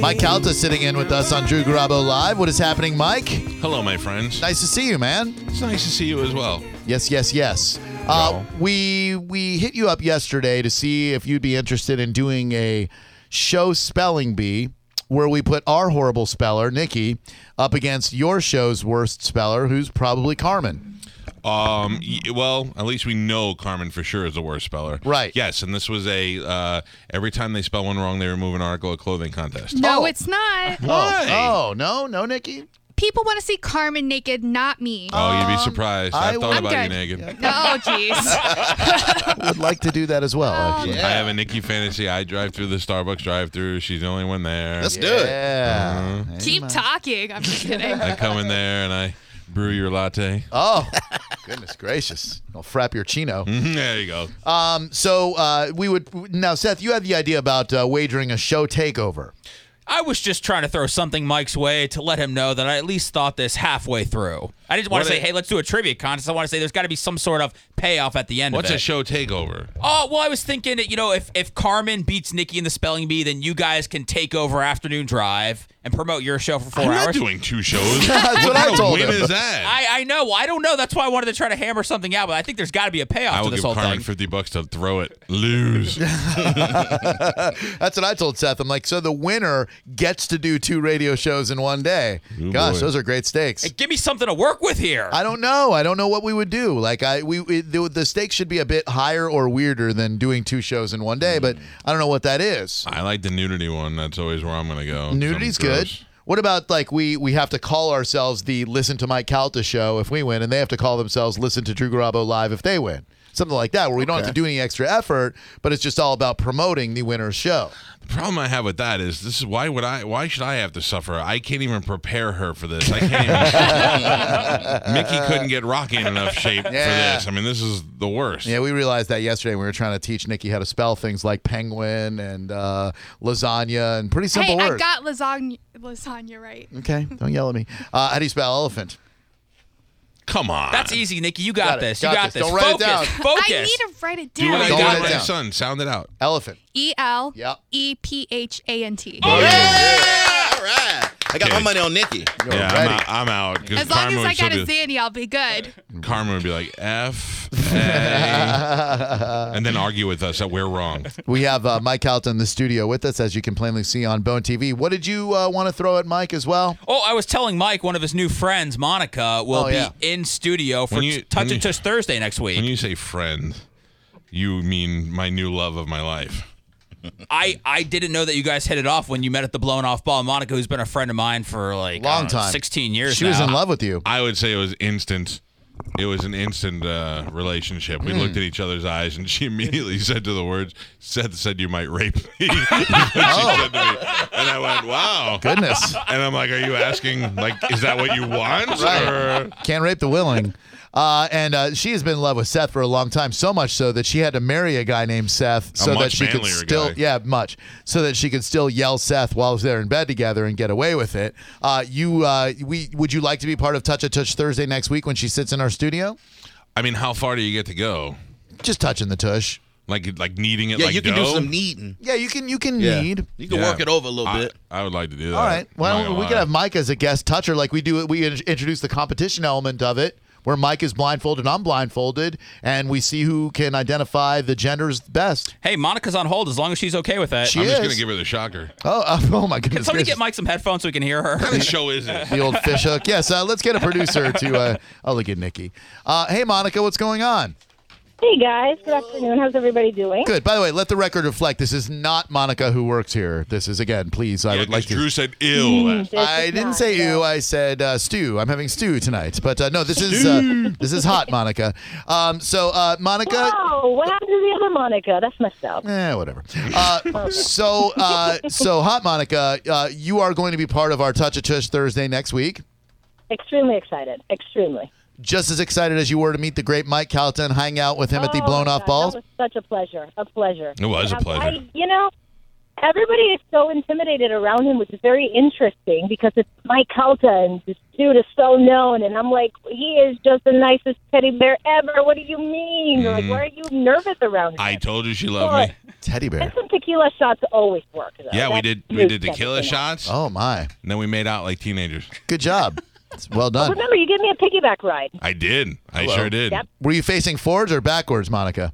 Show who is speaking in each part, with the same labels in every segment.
Speaker 1: Mike Calta sitting in with us on Drew Garabo Live. What is happening, Mike?
Speaker 2: Hello, my friends.
Speaker 1: Nice to see you, man.
Speaker 2: It's nice to see you as well.
Speaker 1: Yes, yes, yes. Uh, we we hit you up yesterday to see if you'd be interested in doing a show spelling bee where we put our horrible speller, Nikki, up against your show's worst speller, who's probably Carmen.
Speaker 2: Um, y- well, at least we know Carmen for sure is the worst speller.
Speaker 1: Right.
Speaker 2: Yes, and this was a uh, every time they spell one wrong, they remove an article of clothing contest.
Speaker 3: No,
Speaker 1: Oh.
Speaker 3: it's not.
Speaker 2: Why?
Speaker 1: Oh, oh no, no, Nikki.
Speaker 3: People want to see Carmen naked, not me.
Speaker 2: Oh, you'd be surprised.
Speaker 1: I
Speaker 2: I've thought
Speaker 1: would-
Speaker 2: about you
Speaker 3: I'm
Speaker 2: naked.
Speaker 3: Oh, jeez.
Speaker 1: Would like to do that as well.
Speaker 4: Oh,
Speaker 1: Actually.
Speaker 2: I have a Nikki fantasy. I drive through the Starbucks drive-through. She's the only one there.
Speaker 4: Let's do it. Mm-hmm.
Speaker 1: Yeah.
Speaker 3: Keep talking. I'm just kidding.
Speaker 2: I come in there and I brew your latte.
Speaker 1: Oh, goodness gracious! I'll frap your
Speaker 4: Mm-hmm.
Speaker 1: chino.
Speaker 2: Mhm, there you go.
Speaker 1: Um, so uh, we would now, Seth. You had the idea about uh, wagering a show takeover.
Speaker 4: I was just trying to throw something Mike's way to let him know that I at least thought this halfway through. I didn't want
Speaker 2: What
Speaker 4: to say,
Speaker 2: a-
Speaker 4: "Hey, let's do a trivia contest." I want to say there's got to be some sort of payoff at the end
Speaker 2: What's
Speaker 4: of it.
Speaker 2: a show takeover?
Speaker 4: Oh well, I was thinking, that, you know, if if Carmen beats Nikki in the spelling bee, then you guys can take over Afternoon Drive and promote your show for 4
Speaker 2: I'm
Speaker 4: hours.
Speaker 2: not doing two shows.
Speaker 1: That's what I
Speaker 2: kind of
Speaker 1: told
Speaker 2: win
Speaker 1: him.
Speaker 2: is that?
Speaker 4: I, I know. I don't know. That's why I wanted to try to hammer something out, but I think there's got to be a payoff
Speaker 2: I
Speaker 4: to
Speaker 2: will
Speaker 4: this
Speaker 2: give
Speaker 4: whole
Speaker 2: Carmen
Speaker 4: thing.
Speaker 2: 50 bucks to throw it. Lose.
Speaker 1: That's what I told Seth. I'm like, so the winner gets to do two radio shows in one day. Gosh,
Speaker 2: boy.
Speaker 1: those are great stakes.
Speaker 4: Hey, give me something to work with here.
Speaker 1: I don't know. I don't know what we would do. Like I, we it, the, the stakes should be a bit higher or weirder than doing two shows in one day.
Speaker 2: Hmm.
Speaker 1: But I don't know what that is.
Speaker 2: I like the nudity one. That's always where I'm gonna go.
Speaker 1: Nudity's
Speaker 2: Something
Speaker 1: good.
Speaker 2: gross.
Speaker 1: What about like we we have to call ourselves the Listen to Mike Calta show if we win, and they have to call themselves Listen to Drew Garabo live if they win. Something like that, where we don't have to do any extra effort, but it's just all about promoting the winner's show.
Speaker 2: The problem I have with that is this is why would I? Why should I have to suffer? I can't even prepare her for this. I can't. Even, Mickey couldn't get Rocky in enough shape
Speaker 1: Yeah.
Speaker 2: for this. I mean, this is the worst.
Speaker 1: Yeah, we realized that yesterday. We were trying to teach Nikki how to spell things like penguin and uh, lasagna and pretty
Speaker 3: hey,
Speaker 1: simple
Speaker 3: I
Speaker 1: words.
Speaker 3: got lasagna, lasagna right.
Speaker 1: okay, don't yell at me. Uh, how do you spell elephant?
Speaker 2: Come on.
Speaker 4: That's easy, Nikki. You got,
Speaker 1: Got it.
Speaker 4: this.
Speaker 1: Got
Speaker 4: you got
Speaker 1: this.
Speaker 4: this.
Speaker 1: Don't write it
Speaker 4: Focus.
Speaker 1: down.
Speaker 4: Focus.
Speaker 3: I need to write it
Speaker 2: Do what I
Speaker 3: down.
Speaker 1: Don't
Speaker 2: did
Speaker 1: write it
Speaker 2: with my
Speaker 1: down.
Speaker 2: son. Sound it out.
Speaker 1: Elephant.
Speaker 3: E L
Speaker 1: Yep.
Speaker 3: E P H A N T.
Speaker 4: Yeah. Yeah. All All right. right. I I
Speaker 2: got
Speaker 4: got
Speaker 2: my money
Speaker 4: my money on Nikki.
Speaker 1: You're
Speaker 2: yeah, I'm
Speaker 1: ready.
Speaker 2: out. I'm out 'cause
Speaker 3: As long
Speaker 2: Karma
Speaker 3: as
Speaker 2: would
Speaker 3: I got
Speaker 2: still
Speaker 3: a
Speaker 2: be-
Speaker 3: Xanny, I'll be good.
Speaker 2: Karma would be like F, A, and then argue with us that we're wrong.
Speaker 1: We have uh, Mike Calta in the studio with us, as you can plainly see on Bone TV. What did you uh, want to throw at Mike as well?
Speaker 4: Oh, I was telling Mike one of his new friends, Monica, will
Speaker 1: Oh, yeah.
Speaker 4: be in studio for
Speaker 2: When you-
Speaker 4: t- Touch
Speaker 2: when you-
Speaker 4: and Touch Thursday next week.
Speaker 2: When you say friend, you mean my new love of my life.
Speaker 4: I, I didn't know that you guys hit it off when you met at the Blown Off Ball. Monica, who's been a friend of mine for like I
Speaker 1: Long
Speaker 4: don't know,
Speaker 1: time.
Speaker 4: 16 years
Speaker 1: She was
Speaker 4: now.
Speaker 1: in love with you.
Speaker 2: I would say it was instant. It was an instant uh, relationship. We
Speaker 1: Hmm.
Speaker 2: looked at each other's eyes, and she immediately said to the words, "Seth said you might rape me." That's what she
Speaker 1: Oh.
Speaker 2: said to me. And I went, "Wow."
Speaker 1: Goodness.
Speaker 2: And I'm like, "Are you asking? Like, is that what you want?" Or
Speaker 1: Can't rape the willing. Uh, and uh, she has been in love with Seth for a long time, so much so that she had to marry a guy named Seth so that
Speaker 2: much
Speaker 1: she could
Speaker 2: manlier
Speaker 1: still,
Speaker 2: guy.
Speaker 1: yeah, much, so that she could still yell Seth while they're in bed together and get away with it. Uh, you, uh, we, would you like to be part of Touch a Touch Thursday next week when she sits in our studio?
Speaker 2: I mean, how far do you get to go?
Speaker 1: Just touching the tush.
Speaker 2: Like, like kneading it
Speaker 4: Yeah,
Speaker 2: like
Speaker 4: you
Speaker 2: dough?
Speaker 4: can do some Neaton.
Speaker 1: Yeah, you can, you can need.
Speaker 4: You
Speaker 2: can Yeah. Uh, work it over
Speaker 4: a little
Speaker 2: I, I would like to do that.
Speaker 1: All right.
Speaker 2: I'm
Speaker 1: Well,
Speaker 2: not gonna
Speaker 1: we
Speaker 2: lie.
Speaker 1: could have Mike as a guest toucher, like we do. We in- introduce the competition element of it, where Mike is blindfolded, I'm blindfolded, and we see who can identify the genders best.
Speaker 4: Hey, Monica's on hold as long as she's okay with that.
Speaker 1: She
Speaker 2: I'm just
Speaker 1: is.
Speaker 2: gonna give her the shocker.
Speaker 1: Oh, uh, oh my
Speaker 4: Can
Speaker 1: goodness!
Speaker 4: somebody
Speaker 1: gracious.
Speaker 4: get Mike some headphones so we can hear her?
Speaker 2: What kind of show is it?
Speaker 1: the old fish hook. Yes, uh, let's get a producer to. Uh, oh, look at Nikki. Uh, hey, Monica, what's going on?
Speaker 5: Hey guys, good afternoon. How's everybody doing?
Speaker 1: Good. By the way, let the record reflect this is not Monica who works here. This is, again, please, I
Speaker 2: Yeah,
Speaker 1: would like
Speaker 2: 'cause
Speaker 1: to. Mm.
Speaker 2: Drew said ill. last-
Speaker 5: This
Speaker 1: I
Speaker 5: is
Speaker 1: didn't
Speaker 5: not,
Speaker 1: say
Speaker 5: no.
Speaker 1: you. I said uh, stew. I'm having stew tonight. But uh, no, this is uh, this is hot, Monica. Um, so uh, Monica,
Speaker 5: Wow, what happened to the other Monica? That's messed up.
Speaker 1: eh, whatever. Uh, so uh, so hot, Monica. Uh, you are going to be part of our Touch a Tush Thursday next week.
Speaker 5: Extremely excited. Extremely.
Speaker 1: Just as excited as you were to meet the great Mike Calton, hang out with him at the
Speaker 5: Oh,
Speaker 1: Blown
Speaker 5: my
Speaker 1: Off
Speaker 5: God,
Speaker 1: Balls.
Speaker 5: That was such a pleasure. A pleasure.
Speaker 2: It was a
Speaker 5: Um,
Speaker 2: pleasure.
Speaker 5: I, you know, everybody is so intimidated around him, which is very interesting because it's Mike Calta and this dude is so known, and I'm like, he is just the nicest teddy bear ever. What do you mean? They're Like, why are you nervous around him?
Speaker 2: Mm-hmm. I told you she loved me.
Speaker 1: Teddy
Speaker 5: and
Speaker 1: bear.
Speaker 5: some tequila shots always work. Though.
Speaker 2: Yeah, we
Speaker 5: That's
Speaker 2: did. We
Speaker 5: huge
Speaker 2: did
Speaker 5: step
Speaker 2: tequila
Speaker 5: in it.
Speaker 2: shots,
Speaker 1: Oh my!
Speaker 2: and then we made out like teenagers.
Speaker 1: Good job. Well done.
Speaker 5: Remember, you gave me a piggyback ride.
Speaker 2: I did. I
Speaker 1: Hello.
Speaker 2: sure did.
Speaker 5: Yep.
Speaker 1: Were you facing forwards or backwards, Monica?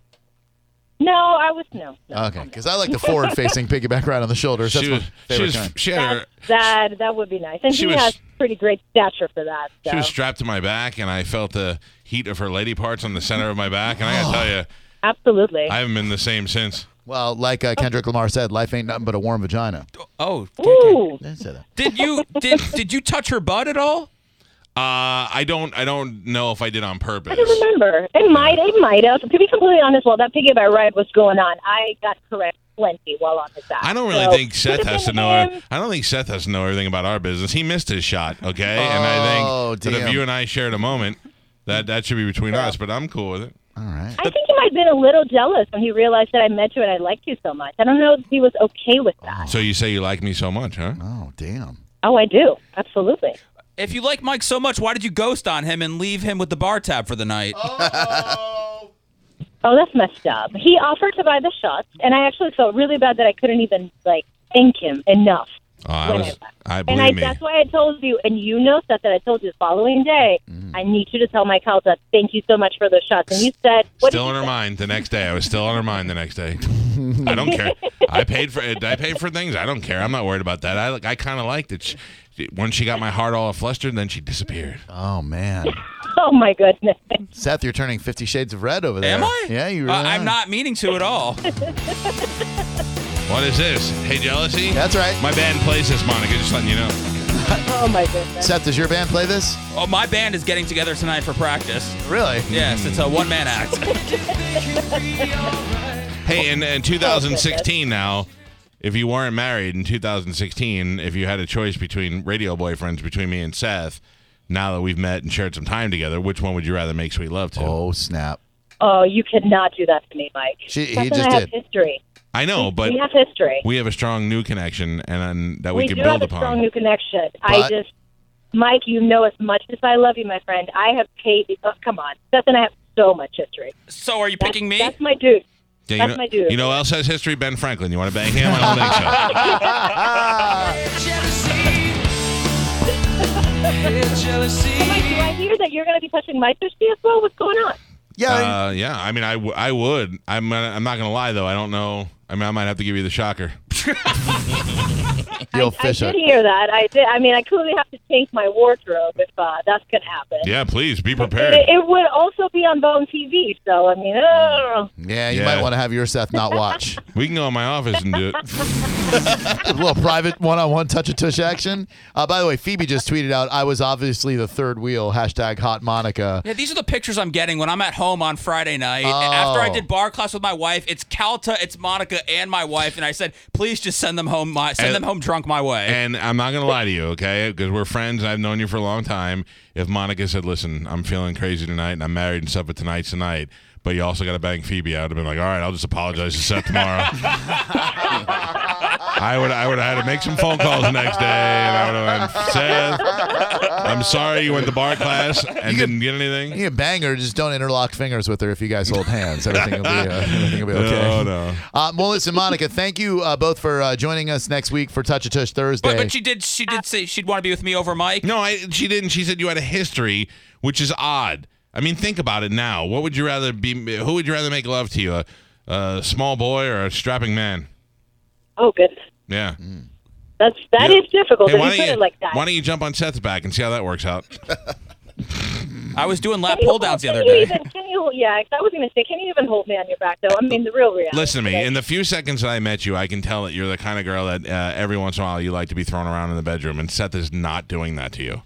Speaker 5: No, I was no. no.
Speaker 1: Okay, because I like the forward-facing piggyback ride on the shoulders. That's
Speaker 2: She
Speaker 1: my
Speaker 2: was. She
Speaker 1: favorite
Speaker 2: was.
Speaker 1: kind.
Speaker 2: She had her.
Speaker 5: That that would be nice, and
Speaker 2: She
Speaker 5: he
Speaker 2: was-
Speaker 5: has pretty great stature for that. So.
Speaker 2: She was strapped to my back, and I felt the heat of her lady parts on the center of my back. And I
Speaker 1: Oh.
Speaker 2: gotta tell you,
Speaker 5: Absolutely.
Speaker 2: I haven't been the same since.
Speaker 1: Well, like uh, Kendrick Lamar said, life ain't nothing but a warm vagina.
Speaker 4: Oh,
Speaker 5: Ooh.
Speaker 1: Didn't say that.
Speaker 4: did you did did you touch her butt at all?
Speaker 2: Uh, I don't. I don't know if I did on purpose.
Speaker 5: I don't remember. It might. It might have. To be completely honest, while that piggyback ride was going on, I got correct plenty while on his back.
Speaker 2: I don't really
Speaker 5: So,
Speaker 2: think
Speaker 5: could
Speaker 2: Seth
Speaker 5: have
Speaker 2: has to
Speaker 5: been
Speaker 2: know.
Speaker 5: him.
Speaker 2: I don't think Seth has to know everything about our business. He missed his shot, okay? and I
Speaker 1: Oh,
Speaker 2: think that if
Speaker 1: damn.
Speaker 2: you and I shared a moment, that that should be between us. But I'm cool with it.
Speaker 1: All right.
Speaker 5: I think he might have been a little jealous when he realized that I met you and I liked you so much. I don't know if he was okay with that.
Speaker 2: So you say you like me so much, huh?
Speaker 1: Oh, damn.
Speaker 5: Oh, I do. Absolutely.
Speaker 4: If you like Mike so much, why did you ghost on him and leave him with the bar tab for the night?
Speaker 5: Oh, that's messed up. He offered to buy the shots, and I actually felt really bad that I couldn't even like thank him enough.
Speaker 2: Oh, I was.
Speaker 5: Whatever.
Speaker 2: I
Speaker 5: And I,
Speaker 2: believe me.
Speaker 5: that's why I told you, and you know Seth, that I told you the following day, I need you to tell my Calta, thank you so much for those shots. And you said, what
Speaker 2: Still
Speaker 5: did
Speaker 2: on
Speaker 5: you
Speaker 2: her mind the next day. I was still on her mind the next day. I don't care. I paid for it. I paid for things. I don't care. I'm not worried about that. I I kind of liked it. She, she- once she got my heart all flustered, then she disappeared.
Speaker 1: Oh man,
Speaker 5: Oh my goodness.
Speaker 1: Seth, you're turning Fifty Shades of Red over there.
Speaker 4: Am I?
Speaker 1: Yeah, you. Really
Speaker 4: Uh, I'm
Speaker 1: are.
Speaker 4: not meaning to at all.
Speaker 2: What is this? Hey, jealousy?
Speaker 1: That's right.
Speaker 2: My band plays this, Monica. Just letting you know.
Speaker 5: Oh my goodness.
Speaker 1: Seth, does your band play this?
Speaker 4: Oh, my band is getting together tonight for practice.
Speaker 1: Really?
Speaker 4: Yes, it's a one man act.
Speaker 2: Hey,
Speaker 5: Oh,
Speaker 2: in, in 2016 now, if you weren't married in 2016, if you had a choice between radio boyfriends between me and Seth, now that we've met and shared some time together, which one would you rather make sweet love to?
Speaker 1: Oh snap!
Speaker 5: Oh, you could not do that to me, Mike.
Speaker 1: She- he
Speaker 5: Seth and
Speaker 1: just
Speaker 5: I
Speaker 1: did.
Speaker 5: have history.
Speaker 2: I know, but
Speaker 5: we have history.
Speaker 2: we have a strong new connection and, and that we,
Speaker 5: do
Speaker 2: can build
Speaker 5: have a
Speaker 2: upon.
Speaker 5: strong new connection. I
Speaker 1: But-
Speaker 5: just, Mike, you know as much as I love you, my friend. I have paid. Oh, come on, Seth and I have so much history.
Speaker 4: so, are you
Speaker 5: That's-
Speaker 4: picking me?
Speaker 5: That's my dude.
Speaker 2: Yeah, you
Speaker 5: That's
Speaker 2: know,
Speaker 5: my dude.
Speaker 2: You know who else has history? Ben Franklin. You want to bang him? I don't think so.
Speaker 5: Mike, do I hear that you're going to be touching my tushy as well? What's going on?
Speaker 1: Yeah. I-
Speaker 2: Uh, yeah, I mean, I, w- I would. I'm gonna, I'm not gonna lie though. I don't know. I mean, I might have to give you the shocker.
Speaker 1: Yo, fish
Speaker 5: I
Speaker 1: hook.
Speaker 5: did hear that. I did. I mean, I clearly have to change my wardrobe if uh, that's going to happen.
Speaker 2: Yeah, please be
Speaker 5: But
Speaker 2: prepared.
Speaker 5: It, it would also be on Bone TV, so I mean, oh.
Speaker 1: Yeah, you
Speaker 2: Yeah.
Speaker 1: might want to have your Seth not watch.
Speaker 2: We can go in my office and do it.
Speaker 1: a little private one-on-one touch-a-tush action. Uh, by the way, Phoebe just tweeted out, "I was obviously the third wheel." Hashtag hot Monica.
Speaker 4: Yeah, these are the pictures I'm getting when I'm at home on Friday night. After I
Speaker 1: Oh.
Speaker 4: did bar class with my wife, it's Calta, it's Monica, and my wife, and I said, please just send them home. My send
Speaker 2: And-
Speaker 4: them home drunk my way.
Speaker 2: And I'm not gonna lie to you, okay? Because we're friends. I've known you for a long time. If Monica said, "Listen, I'm feeling crazy tonight, and I'm married and stuff, but tonight's tonight," but you also got to bang Phoebe, I would have been like, "All right, I'll just apologize to Seth tomorrow." I would I would have had to make some phone calls the next day, and I would have been Seth. I'm sorry you went to bar class and didn't get anything.
Speaker 1: You can bang her, just don't interlock fingers with her. If you guys hold hands, everything will be, uh, everything will be okay.
Speaker 2: No, Oh, no.
Speaker 1: Uh, well, listen, Monica, thank you uh, both for uh, joining us next week for Touch a Tush Thursday.
Speaker 4: but, but she did she did say she'd want to be with me over Mike.
Speaker 2: No, I, she didn't. She said you had a history, which is odd. I mean, think about it now. What would you rather be? Who would you rather make love to? A, a small boy or a strapping man?
Speaker 5: Oh, good.
Speaker 2: Yeah.
Speaker 5: That's that
Speaker 2: Yeah.
Speaker 5: is difficult.
Speaker 2: Hey,
Speaker 5: if Mm. you
Speaker 2: why
Speaker 5: put
Speaker 2: don't you
Speaker 5: it like that.
Speaker 2: why don't you jump on Seth's back and see how that works out?
Speaker 4: I was doing lap
Speaker 5: Can you
Speaker 4: pull downs the
Speaker 5: hold-
Speaker 4: other
Speaker 5: can you
Speaker 4: day.
Speaker 5: even- can you, yeah, 'cause I was going to say, can you even hold me on your back, though? I mean, the real reality.
Speaker 2: Listen to me.
Speaker 5: is-
Speaker 2: In the few seconds that I met you, I can tell that you're the kind of girl that uh, every once in a while you like to be thrown around in the bedroom, and Seth is not doing that to you.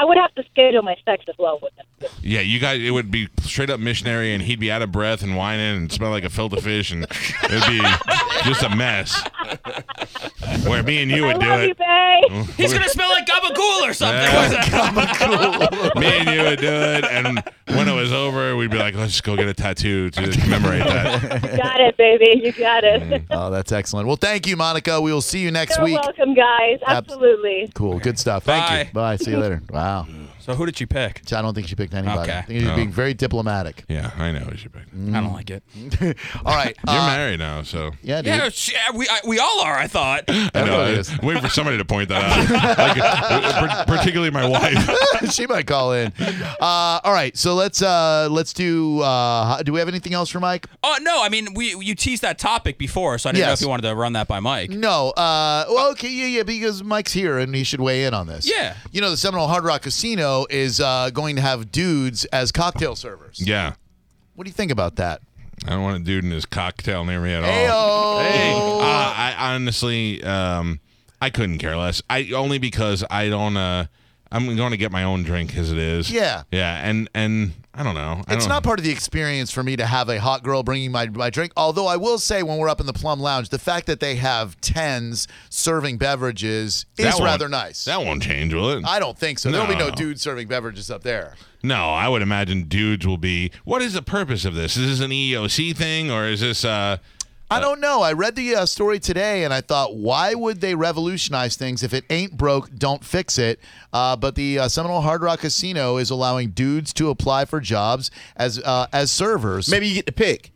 Speaker 5: I would have to schedule my sex as well with him.
Speaker 2: Yeah, you guys, it would be straight up missionary, and he'd be out of breath and whining and smell like a filter fish, and it'd be just a mess. Where me and you
Speaker 5: I
Speaker 2: would do
Speaker 5: love you,
Speaker 2: it.
Speaker 5: babe.
Speaker 4: He's gonna smell like gabagool or something. wasn't it?
Speaker 2: Me and you would do it, and when it was over, we'd be like, "Let's just go get a tattoo to commemorate that."
Speaker 5: You got it, baby. You got it.
Speaker 1: Oh, that's excellent. Well, thank you, Monica. We will see you next
Speaker 5: You're
Speaker 1: week.
Speaker 5: welcome, guys.
Speaker 1: Abs-
Speaker 5: Absolutely.
Speaker 1: Cool. Good stuff. Thank you. Bye. See you later. Wow.
Speaker 4: So who did she pick?
Speaker 1: So I don't think she picked anybody. I
Speaker 4: Okay.
Speaker 1: think she's being very diplomatic.
Speaker 2: Yeah, I know. You should pick. You're
Speaker 4: I don't like it.
Speaker 1: All right. uh,
Speaker 2: married now, so.
Speaker 1: Yeah, dude.
Speaker 4: Yeah, she, uh, we I, we all are. I thought. Uh,
Speaker 2: I know.
Speaker 1: Everybody
Speaker 2: I-
Speaker 1: is.
Speaker 2: Wait for somebody to point that out. Like, uh, par- particularly my wife.
Speaker 1: she might call in. Uh, all right, so let's uh, let's do. Uh, do we have anything else for Mike?
Speaker 4: Oh no, I mean we you teased that topic before, so I didn't know
Speaker 1: Yes.
Speaker 4: if you wanted to run that by Mike.
Speaker 1: No. Uh, well, okay, yeah, yeah, because Mike's here and he should weigh in on this.
Speaker 4: Yeah.
Speaker 1: You know, the Seminole Hard Rock Casino is uh, going to have dudes as cocktail servers.
Speaker 2: Yeah.
Speaker 1: What do you think about that?
Speaker 2: I don't want a dude in his cocktail near me at all.
Speaker 1: Ayo.
Speaker 2: Hey, uh, I honestly, um, I couldn't care less. I only because I don't. Uh, I'm going to get my own drink as it is.
Speaker 1: Yeah.
Speaker 2: Yeah, and and I don't know. I
Speaker 1: It's
Speaker 2: don't-
Speaker 1: not part of the experience for me to have a hot girl bringing my, my drink. Although I will say, when we're up in the Plum Lounge, the fact that they have tens serving beverages
Speaker 2: That
Speaker 1: is
Speaker 2: won't-
Speaker 1: rather nice.
Speaker 2: That won't change, will it?
Speaker 1: I don't think so. There'll be no
Speaker 2: No.
Speaker 1: dude serving beverages up there.
Speaker 2: no, I would imagine dudes will be. What is the purpose of this? Is this an EOC thing or is this? Uh,
Speaker 1: I don't know. I read the uh, story today and I thought, why would they revolutionize things if it ain't broke, don't fix it? Uh, but the uh, Seminole Hard Rock Casino is allowing dudes to apply for jobs as uh, as servers.
Speaker 6: Maybe you get to pick.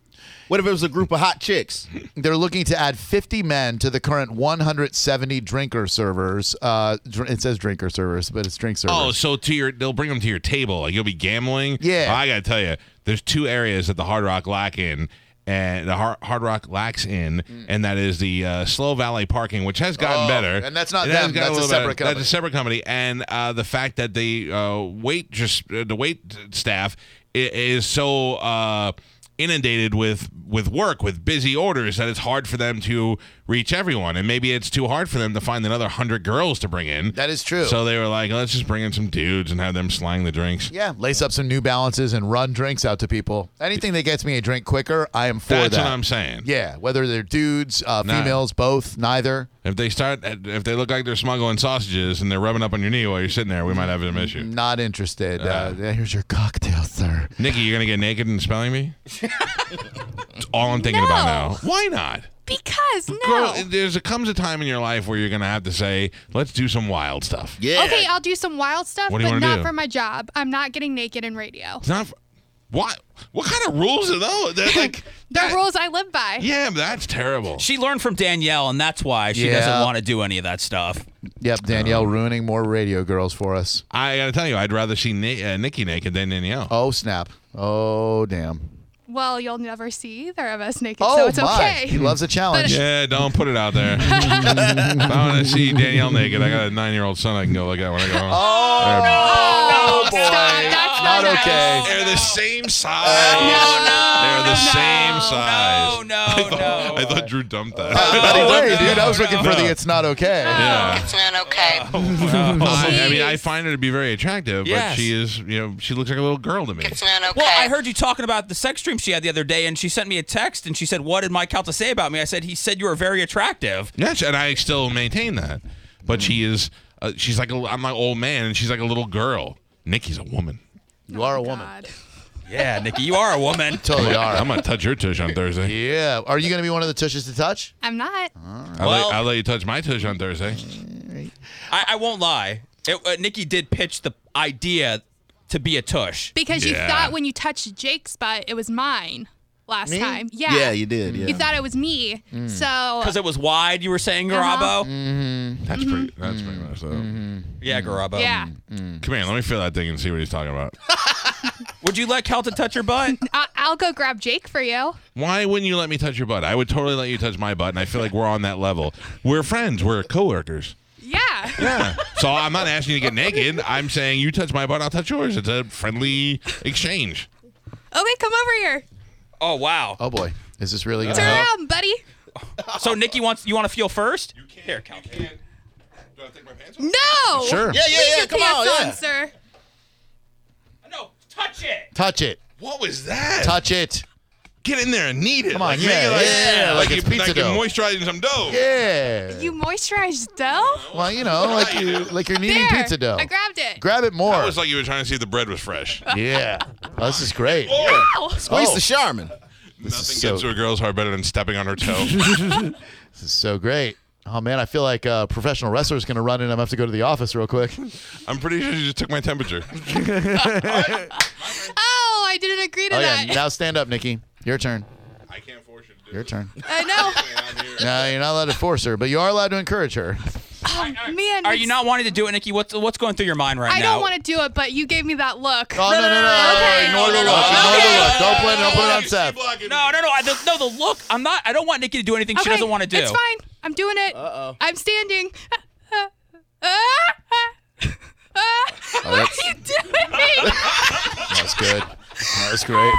Speaker 6: What if it was a group of hot chicks?
Speaker 1: They're looking to add 50 men to the current 170 drinker servers. Uh, dr- it says drinker servers, but it's drink servers.
Speaker 2: Oh, so to your they'll bring them to your table. Like you'll be gambling.
Speaker 1: Yeah.
Speaker 2: I gotta tell you, there's two areas that the Hard Rock lack in, and the Hard, hard Rock lacks in, and that is the uh, Slow Valley parking, which has gotten
Speaker 1: Mm. Oh,
Speaker 2: better.
Speaker 1: and that's not
Speaker 2: has
Speaker 1: them.
Speaker 2: gotten
Speaker 1: That's a
Speaker 2: little better.
Speaker 1: separate
Speaker 2: That's a separate company, and uh, the fact that the uh, wait just uh, the wait staff i- is so. Uh, inundated with with work with busy orders that it's hard for them to reach everyone and maybe it's too hard for them to find another 100 girls to bring in
Speaker 1: That is true.
Speaker 2: so they were like, let's just bring in some dudes and have them slang the drinks.
Speaker 1: yeah, lace up some New Balances and run drinks out to people. Anything that gets me a drink quicker, I am for
Speaker 2: That's
Speaker 1: that.
Speaker 2: what I'm saying.
Speaker 1: yeah, whether they're dudes, uh,
Speaker 2: Nah.
Speaker 1: females, both, neither.
Speaker 2: If they start, if they look like they're smuggling sausages and they're rubbing up on your knee while you're sitting there, we might have an issue.
Speaker 1: Not interested. Uh,
Speaker 2: Uh.
Speaker 1: here's your cocktail, sir.
Speaker 2: Nikki, you're gonna get naked and spelling me. That's all I'm thinking about now. Why not?
Speaker 3: Because no.
Speaker 2: Girl, there's a comes a time in your life where you're gonna have to say, let's do some wild stuff.
Speaker 6: Yeah.
Speaker 3: Okay, I'll do some wild stuff,
Speaker 2: What do you
Speaker 3: but
Speaker 2: wanna
Speaker 3: not
Speaker 2: do?
Speaker 3: for my job. I'm not getting naked in radio.
Speaker 2: It's not. What? What kind of rules are those? They're like that.
Speaker 3: The rules I live by.
Speaker 2: Yeah, but that's terrible.
Speaker 4: She learned from Danielle, and that's why she
Speaker 1: Yeah.
Speaker 4: doesn't want to do any of that stuff.
Speaker 1: Yep, Danielle ruining more radio girls for us.
Speaker 2: I gotta tell you, I'd rather see Ni- uh, Nikki naked than Danielle.
Speaker 1: Oh snap! Oh damn!
Speaker 3: Well, you'll never see either of us naked,
Speaker 1: Oh
Speaker 3: so it's
Speaker 1: my!
Speaker 3: okay.
Speaker 1: He loves a challenge.
Speaker 2: Yeah, don't put it out there. if I want to see Danielle naked, I got a nine-year-old son I can go look at when I go home.
Speaker 1: Oh, boy!
Speaker 3: stop. That's
Speaker 1: Not
Speaker 3: not nice.
Speaker 1: okay.
Speaker 2: They're, they're the same size. They're the same size.
Speaker 4: Uh, No, no, no. Oh,
Speaker 2: I thought Drew dumped that.
Speaker 1: No way, dude! I was
Speaker 4: No,
Speaker 1: looking for
Speaker 2: Oh, no.
Speaker 1: the "It's not okay."
Speaker 3: Oh,
Speaker 4: Oh,
Speaker 2: yeah.
Speaker 7: not okay.
Speaker 2: I, I mean, I find her to be very attractive,
Speaker 4: Yes.
Speaker 2: but she is, you know, she looks like a little girl to me.
Speaker 7: It's not okay.
Speaker 4: Well, I heard you talking about the sex dream she had the other day, and she sent me a text, and she said, "What did Mike Calta say about me?" I said, "He said you were very attractive."
Speaker 2: Yes, and I still maintain that. But she is, uh, she's like, a, I'm my old man, and she's like a little girl. Nikki's a woman.
Speaker 1: You are a woman.
Speaker 3: God.
Speaker 4: Yeah, Nikki, you are a woman.
Speaker 1: Totally
Speaker 2: I'm
Speaker 1: are.
Speaker 2: gonna touch your tush on Thursday.
Speaker 1: Yeah. Are you going to be one of the tushes to touch?
Speaker 3: I'm not.
Speaker 2: I'll,
Speaker 4: Well-
Speaker 2: let, I'll let you touch my tush on Thursday.
Speaker 4: I, I won't lie. It, uh, Nikki did pitch the idea to be a tush.
Speaker 3: Because
Speaker 2: Yeah.
Speaker 3: you thought when you touched Jake's butt, it was mine last time. Yeah.
Speaker 6: Yeah, you did. Yeah.
Speaker 3: You thought it was me.
Speaker 4: Because
Speaker 3: So
Speaker 4: it was wide, you were saying, Garabo?
Speaker 3: Uh-huh.
Speaker 2: That's pretty. That's pretty much so.
Speaker 4: Yeah, Garabo.
Speaker 3: yeah,
Speaker 2: Come here, let me feel that thing and see what he's talking about.
Speaker 4: Would you let Calta touch your butt?
Speaker 3: I- I'll go grab Jake for you.
Speaker 2: Why wouldn't you let me touch your butt? I would totally let you touch my butt, and I feel like we're on that level. We're friends. We're coworkers.
Speaker 3: Yeah. Yeah.
Speaker 2: Yeah. So I'm not asking you to get naked. I'm saying you touch my butt, I'll touch yours. It's a friendly exchange.
Speaker 3: Okay, come over here.
Speaker 4: Oh wow.
Speaker 1: Oh boy, is this really gonna
Speaker 3: Turn
Speaker 1: help?
Speaker 3: around, buddy.
Speaker 4: So Nikki wants you want to feel first? You can't. Here, Cal.
Speaker 2: Do I take my pants off?
Speaker 3: No.
Speaker 1: Sure.
Speaker 6: Yeah, yeah, yeah.
Speaker 3: Your
Speaker 6: Come on,
Speaker 3: pants on,
Speaker 6: yeah.
Speaker 3: sir.
Speaker 4: No, touch it.
Speaker 1: Touch it.
Speaker 2: What was that?
Speaker 1: Touch it.
Speaker 2: Get in there and knead it.
Speaker 1: Come on,
Speaker 2: make
Speaker 1: yeah,
Speaker 2: it like,
Speaker 1: yeah, like
Speaker 2: like,
Speaker 1: it's
Speaker 2: you,
Speaker 1: pizza
Speaker 2: like you're
Speaker 1: dough.
Speaker 2: moisturizing some dough.
Speaker 1: Yeah.
Speaker 3: You moisturized dough?
Speaker 1: well, you know, like you like you're kneading
Speaker 3: There.
Speaker 1: pizza dough.
Speaker 3: I grabbed it.
Speaker 1: Grab it more.
Speaker 2: It was like you were trying to see if the bread was fresh.
Speaker 1: yeah. Oh, this is great.
Speaker 3: Ow!
Speaker 6: Squeeze
Speaker 1: Oh.
Speaker 6: the Charmin.
Speaker 2: Nothing
Speaker 1: is
Speaker 2: gets
Speaker 1: so-
Speaker 2: to a girl's heart better than stepping on her toe.
Speaker 1: This is so great. Oh man, I feel like a professional wrestler's gonna run in. I'm gonna have to go to the office real quick.
Speaker 2: I'm pretty sure she just took my temperature.
Speaker 3: Oh, I didn't agree to
Speaker 1: Oh yeah,
Speaker 3: that.
Speaker 1: now stand up, Nikki. Your turn.
Speaker 2: I can't force you to do
Speaker 1: Your turn.
Speaker 3: I know.
Speaker 1: No, you're not allowed to force her, but you are allowed to encourage her.
Speaker 3: Man,
Speaker 4: Are you not wanting to do it, Nikki? What's what's going through your mind right
Speaker 3: I
Speaker 4: now?
Speaker 3: don't want to do it, but you gave me that look.
Speaker 1: Oh no, no, no!
Speaker 3: Okay.
Speaker 1: Ignore the
Speaker 3: No, no,
Speaker 1: look.
Speaker 3: no.
Speaker 1: Ignore the
Speaker 3: Okay.
Speaker 1: look. Don't put it. Don't put it on Seth.
Speaker 2: Seth.
Speaker 4: No, no, no. I, the, no, the look. I'm not. I don't want Nikki to do anything she
Speaker 3: Okay,
Speaker 4: doesn't want to do.
Speaker 3: It's fine. I'm doing it. Uh-oh. I'm standing. what are you doing?
Speaker 1: That's good. That was great.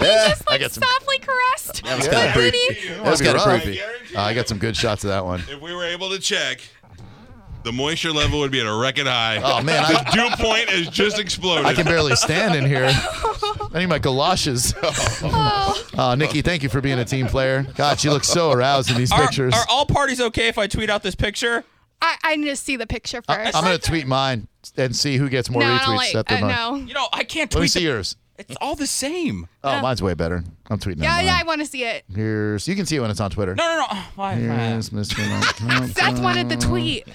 Speaker 6: Yeah.
Speaker 3: Just like
Speaker 1: I got some-
Speaker 3: softly caressed
Speaker 6: was
Speaker 3: my
Speaker 6: kinda creepy.
Speaker 3: booty.
Speaker 1: That was
Speaker 6: That'd
Speaker 1: kind
Speaker 6: be
Speaker 1: of
Speaker 6: rough.
Speaker 1: creepy. Uh, I got some good shots of that one.
Speaker 2: If we were able to check, the moisture level would be at a record high.
Speaker 1: Oh man,
Speaker 2: The
Speaker 1: I,
Speaker 2: dew point has just exploded.
Speaker 1: I can barely stand in here. I need my galoshes.
Speaker 3: Oh,
Speaker 1: Uh, Nikki, thank you for being a team player. God, you look so aroused in these
Speaker 4: Are,
Speaker 1: pictures.
Speaker 4: are all parties okay if I tweet out this picture?
Speaker 3: I, I need to see the picture
Speaker 1: I,
Speaker 3: first.
Speaker 1: am gonna tweet mine and see who gets more
Speaker 3: no, I
Speaker 1: retweets.
Speaker 3: don't like.
Speaker 1: Seth,
Speaker 3: Uh,
Speaker 1: than mine.
Speaker 3: no.
Speaker 4: You know, I can't
Speaker 1: Let me
Speaker 4: tweet.
Speaker 1: see
Speaker 4: the-
Speaker 1: yours.
Speaker 4: It's all the same.
Speaker 1: Oh, mine's way better. I'm tweeting.
Speaker 3: Yeah,
Speaker 1: mine.
Speaker 3: yeah, I want to see it.
Speaker 1: Here's you can see it when it's on Twitter.
Speaker 4: No, no, no. Oh, why- why-
Speaker 1: Here's Mr.
Speaker 3: Seth wanted the tweet.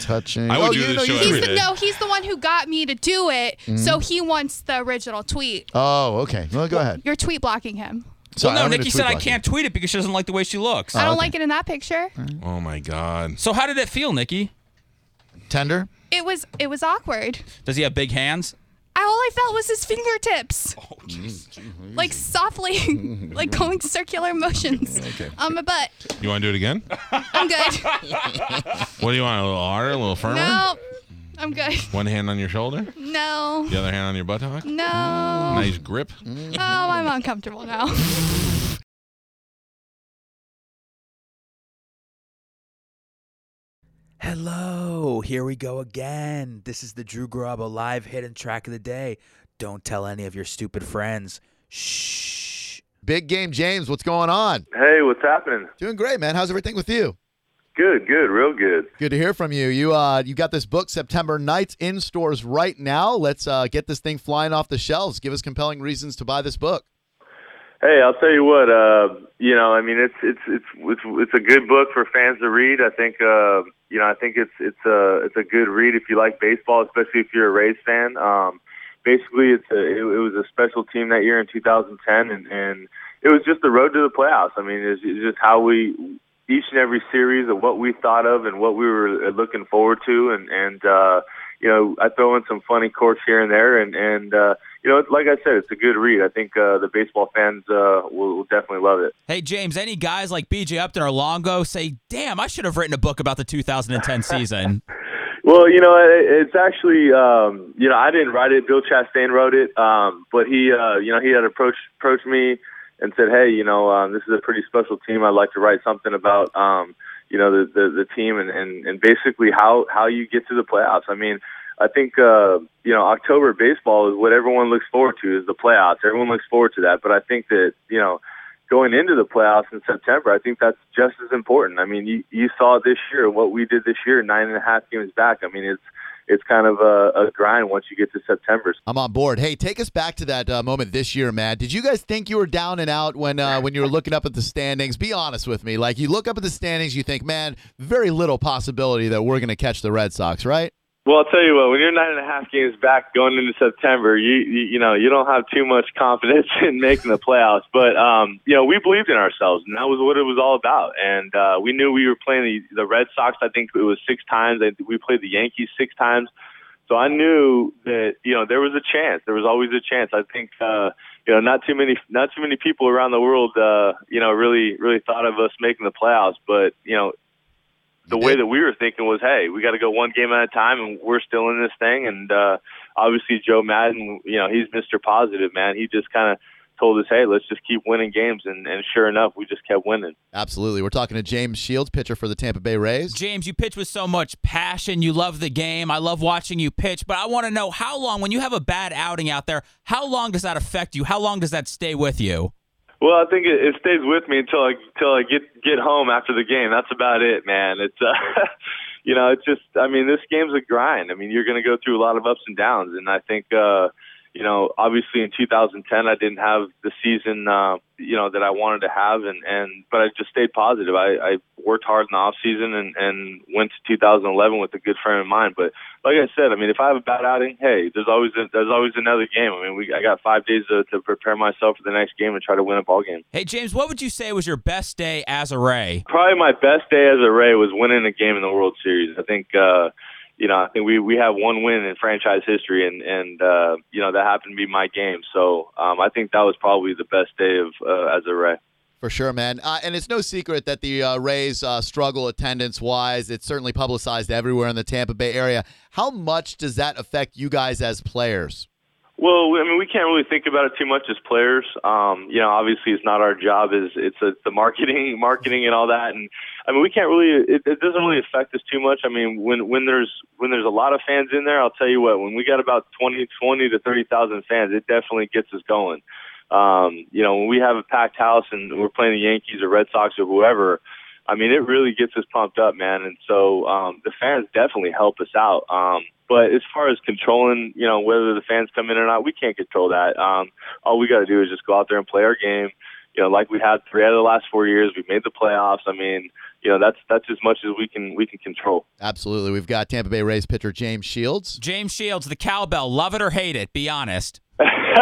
Speaker 1: touching.
Speaker 2: I would
Speaker 1: oh,
Speaker 2: do
Speaker 1: you
Speaker 2: this
Speaker 1: know,
Speaker 2: show
Speaker 1: you
Speaker 2: every
Speaker 1: tweeted
Speaker 3: He's
Speaker 2: Every
Speaker 3: the,
Speaker 2: day.
Speaker 3: no, he's the one who got me to do it, so he wants the original tweet.
Speaker 1: Oh, okay. Well, go ahead.
Speaker 3: You're tweet blocking him.
Speaker 1: Sorry,
Speaker 4: no,
Speaker 1: I'm gonna
Speaker 4: Nikki
Speaker 1: tweet Oh.
Speaker 4: said I
Speaker 1: block you.
Speaker 4: can't tweet it because she doesn't like the way she looks.
Speaker 3: I don't like it in that picture.
Speaker 2: oh my god.
Speaker 4: So how did it feel, Nikki?
Speaker 1: Tender.
Speaker 3: It was it was awkward.
Speaker 4: Does he have big hands?
Speaker 3: All I felt was his fingertips, like softly, like going circular motions on my butt.
Speaker 2: You want to do it again?
Speaker 3: I'm good.
Speaker 2: What do you want? A little harder, a little firmer?
Speaker 3: No, I'm good.
Speaker 2: One hand on your shoulder,
Speaker 3: No,
Speaker 2: the other hand on your buttock.
Speaker 3: no.
Speaker 2: Nice grip.
Speaker 3: Oh, I'm uncomfortable now.
Speaker 7: Hello, here we go again. This is the Drew Garabo live hidden track of the day. Don't tell any of your stupid friends. Shh.
Speaker 1: Big game, James. What's going on?
Speaker 8: Hey, what's happening?
Speaker 1: Doing great, man. How's everything with you?
Speaker 8: Good, good, real good.
Speaker 1: Good to hear from you. You uh, you got this book September nights in stores right now. Let's uh, get this thing flying off the shelves. Give us compelling reasons to buy this book.
Speaker 8: Hey, I'll tell you what. Uh, you know, I mean, it's it's it's it's it's a good book for fans to read. I think uh, you know, I think it's it's a it's a good read if you like baseball, especially if you're a Rays fan. Um, basically, it's a, it, it was a special team that year in 2010, and and it was just the road to the playoffs. I mean, it's, it's just how we each and every series of what we thought of and what we were uh, looking forward to, and and uh, you know, I throw in some funny quotes here and there, and and uh, you know, it's- like I said, it's a good read. I think uh, the baseball fans uh, will, will definitely love it.
Speaker 4: Hey James, any guys like BJ Upton or Longo say, "Damn, I should have written a book about the 2010 season."
Speaker 8: Well, you know, it, it's actually, um, you know, I didn't write it. Bill Chastain wrote it, um, but he, uh, you know, he had approached approached me and said, "Hey, you know, um, this is a pretty special team. I'd like to write something about, um, you know, the the, the team and, and and basically how how you get to the playoffs. I mean." I think uh, you know October baseball is what everyone looks forward to is the playoffs. Everyone looks forward to that, but I think that you know going into the playoffs in September, I think that's just as important. I mean, you, you saw this year what we did this year, nine and a half games back. I mean, it's it's kind of a, a grind once you get to September.
Speaker 1: I'm on board. Hey, take us back to that uh, moment this year, man. Did you guys think you were down and out when uh, when you were looking up at the standings? Be honest with me. Like you look up at the standings, you think, man, very little possibility that we're going to catch the Red Sox, right?
Speaker 8: Well, I'll tell you what. When you're nine and a half games back going into September, you you, you know you don't have too much confidence in making the playoffs. But um, you know we believed in ourselves, and that was what it was all about. And uh, we knew we were playing the, the Red Sox. I think it was six times. I- We played the Yankees six times. So I knew that you know there was a chance. There was always a chance. I think uh, you know not too many not too many people around the world uh, you know really really thought of us making the playoffs. But you know the way that we were thinking was, hey, we got to go one game at a time, and we're still in this thing. And uh, obviously, Joe Madden, you know, he's Mr. Positive, man. He just kind of told us, hey, let's just keep winning games, and, and sure enough, we just kept winning.
Speaker 1: Absolutely. We're talking to James Shields, pitcher for the Tampa Bay Rays.
Speaker 4: James, you pitch with so much passion. You love the game. I love watching you pitch, but I want to know how long, when you have a bad outing out there, how long does that affect you? How long does that stay with you?
Speaker 8: Well, I think it, it stays with me until I until I get get home after the game. That's about it, man. It's uh, you know, it's just I mean, this game's a grind. I mean, you're going to go through a lot of ups and downs, and I think uh, you know, obviously in 2010 I didn't have the season uh, you know that I wanted to have, and and but I just stayed positive. I, I worked hard in the off season and and went to 2011 with a good frame of mind. But like I said, I mean, if I have a bad outing, hey, there's always a, there's always another game. I mean, we I got five days to, to prepare myself for the next game and try to win a ball game.
Speaker 4: Hey, James, what would you say was your best day as a Ray?
Speaker 8: Probably my best day as a Ray was winning a game in the World Series. I think. uh you know, I think we we have one win in franchise history, and and uh, you know that happened to be my game. So um, I think that was probably the best day of uh, as a Ray.
Speaker 1: For sure, man. Uh, and it's no secret that the uh, Rays uh, struggle attendance wise. It's certainly publicized everywhere in the Tampa Bay area. How much does that affect you guys as players?
Speaker 8: Well, I mean, we can't really think about it too much as players. Um, you know, obviously, it's not our job. Is it's a, the marketing, marketing, and all that. And I mean, we can't really. It, it doesn't really affect us too much. I mean, when when there's when there's a lot of fans in there, I'll tell you what. When we got about twenty, twenty to thirty thousand fans, it definitely gets us going. Um, you know, when we have a packed house and we're playing the Yankees or Red Sox or whoever, I mean, it really gets us pumped up, man. And so um, the fans definitely help us out. Um, but as far as controlling, you know, whether the fans come in or not, we can't control that. Um, all we got to do is just go out there and play our game. You know, like we had three out of the last four years, we made the playoffs. I mean, you know, that's that's as much as we can we can control.
Speaker 1: Absolutely. We've got Tampa Bay Rays pitcher James Shields.
Speaker 4: James Shields, the cowbell, love it or hate it, be honest.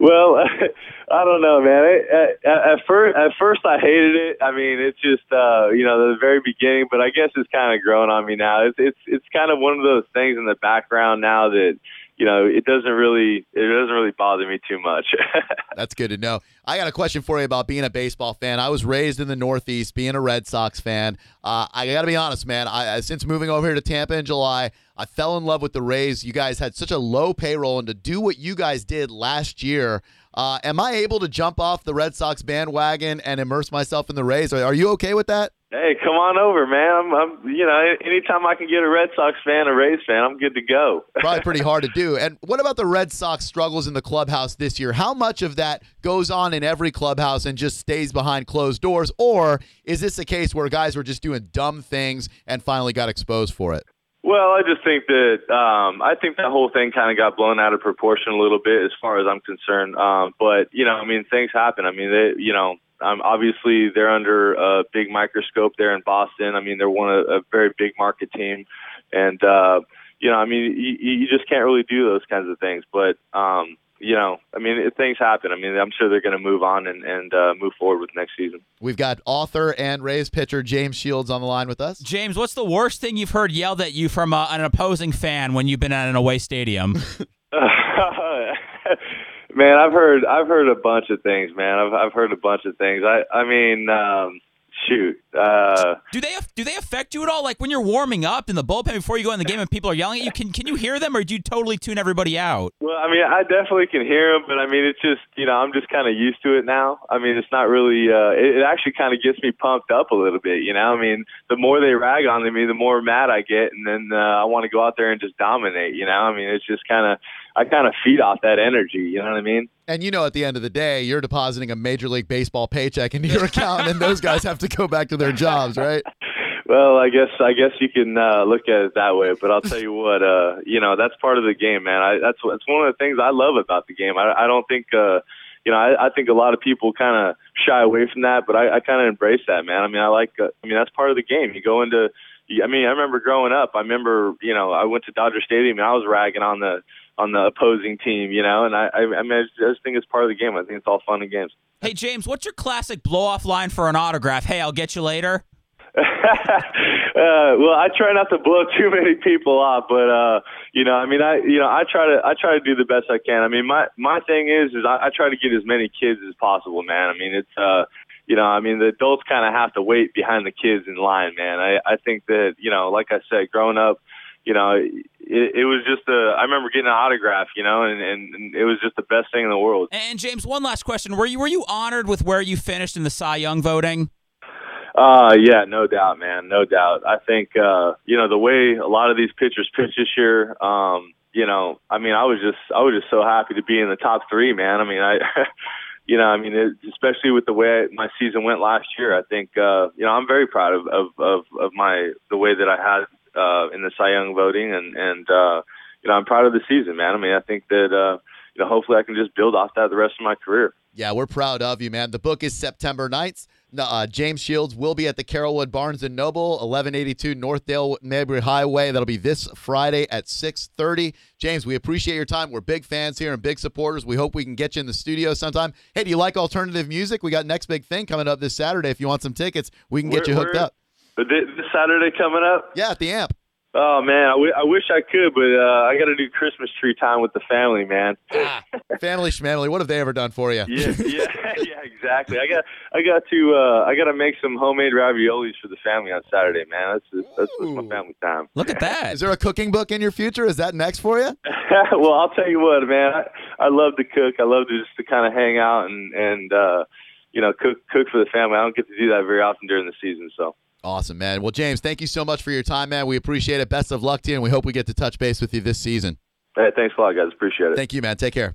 Speaker 8: well, I don't know, man. At, at, at first, at first, I hated it. I mean, it's just uh, you know the very beginning, but I guess it's kind of grown on me now. It's it's it's kind of one of those things in the background now that you know it doesn't really it doesn't really bother me too much.
Speaker 1: That's good to know. I got a question for you about being a baseball fan. I was raised in the Northeast, being a Red Sox fan. Uh, I got to be honest, man. I, I- since moving over here to Tampa in July, I fell in love with the Rays. You guys had such a low payroll, and to do what you guys did last year, uh, am I able to jump off the Red Sox bandwagon and immerse myself in the Rays? Are, are you okay with that?
Speaker 8: hey, come on over, man. I'm, I'm you know anytime I can get a Red Sox fan, a Rays fan, I'm good to go.
Speaker 1: Probably pretty hard to do. And what about the Red Sox struggles in the clubhouse this year? How much of that goes on in every clubhouse and just stays behind closed doors? Or is this a case where guys were just doing dumb things and finally got exposed for it?
Speaker 8: Well, I just think that um, I think that whole thing kind of got blown out of proportion a little bit, as far as I'm concerned. Um, but you know, I mean, things happen. I mean, they, you know, um, obviously they're under a big microscope there in Boston. I mean, they're one of a very big market team, and uh, you know, I mean, you, you just can't really do those kinds of things. But um, you know, I mean, it, things happen. I mean, I'm sure they're going to move on and, and uh, move forward with next season.
Speaker 1: We've got author and Rays pitcher James Shields on the line with us.
Speaker 4: James, what's the worst thing you've heard yelled at you from uh, an opposing fan when you've been at an away stadium?
Speaker 8: man, I've heard I've heard a bunch of things, man. I've I've heard a bunch of things. I I mean, um, shoot. Uh,
Speaker 4: do they do they affect you at all? Like when you're warming up in the bullpen before you go in the game and people are yelling at you, can can you hear them or do you totally tune everybody out?
Speaker 8: well, I mean, I definitely can hear them, but I mean, it's just you know, I'm just kind of used to it now. I mean, it's not really. Uh, it, it actually kind of gets me pumped up a little bit, you know. I mean, the more they rag on me, the more mad I get, and then uh, I want to go out there and just dominate, you know. I mean, it's just kind of I kind of feed off that energy, you know what I mean?
Speaker 1: And you know, at the end of the day, you're depositing a Major League Baseball paycheck into your account, and those guys have to go back to their jobs, right?
Speaker 8: Well, I guess I guess you can uh, look at it that way, but I'll tell you what, uh, you know, that's part of the game, man. I, that's that's one of the things I love about the game. I, I don't think, uh, you know, I, I think a lot of people kind of shy away from that, but I, I kind of embrace that, man. I mean, I like, uh, I mean, that's part of the game. You go into, I mean, I remember growing up. I remember, you know, I went to Dodger Stadium and I was ragging on the on the opposing team, you know, and I, I, I mean, I just, I just think it's part of the game. I think it's all fun and games.
Speaker 4: Hey James, what's your classic blow off line for an autograph? Hey, I'll get you later.
Speaker 8: uh, well, I try not to blow too many people off, but uh, you know, I mean, I you know, I try to I try to do the best I can. I mean, my my thing is is I, I try to get as many kids as possible, man. I mean, it's uh, you know, I mean, the adults kind of have to wait behind the kids in line, man. I, I think that, you know, like I said, growing up, you know, it, it was just a, I remember getting an autograph, you know, and, and, and it was just the best thing in the world.
Speaker 4: And James, one last question: Were you were you honored with where you finished in the Cy Young voting?
Speaker 8: Uh, yeah, no doubt, man. No doubt. I think, uh, you know, the way a lot of these pitchers pitch this year, um, you know, I mean, I was just, I was just so happy to be in the top three, man. I mean, I, you know, I mean, it, especially with the way my season went last year, I think, uh, you know, I'm very proud of, of, of, of my, the way that I had, uh, in the Cy Young voting and, and, uh, you know, I'm proud of the season, man. I mean, I think that, uh, you know, hopefully I can just build off that the rest of my career.
Speaker 1: Yeah, we're proud of you, man. The book is September 9th. No, Uh, James Shields will be at the Carrollwood Barnes and Noble, 1182 Northdale Neighborhood Highway. That'll be this Friday at 6:30. James, we appreciate your time. We're big fans here and big supporters. We hope we can get you in the studio sometime. Hey, do you like alternative music? We got next big thing coming up this Saturday. If you want some tickets, we can get
Speaker 8: Where-
Speaker 1: you hooked
Speaker 8: where-
Speaker 1: up.
Speaker 8: But thi- this Saturday coming up,
Speaker 1: Yeah, at the amp.
Speaker 8: Oh man, I, w- I wish I could, but uh, I got to do Christmas tree time with the family, man.
Speaker 1: Family Schmamily, what have they ever done for you?
Speaker 8: Yeah, yeah, yeah, exactly. I got, I got to, uh, I got to make some homemade raviolis for the family on Saturday, man. That's just, that's just my
Speaker 1: Ooh.
Speaker 8: family time.
Speaker 4: Look at that.
Speaker 1: Is there a cooking book in your future? Is that next for you?
Speaker 8: well, I'll tell you what, man. I, I love to cook. I love to just to kind of hang out and and uh, you know cook cook for the family. I don't get to do that very often during the season, so.
Speaker 1: Awesome, man. Well, James, thank you so much for your time, man. We appreciate it. Best of luck to you, and we hope we get to touch base with you this season.
Speaker 8: Hey, thanks a lot, guys. Appreciate it.
Speaker 1: Thank you, man. Take care.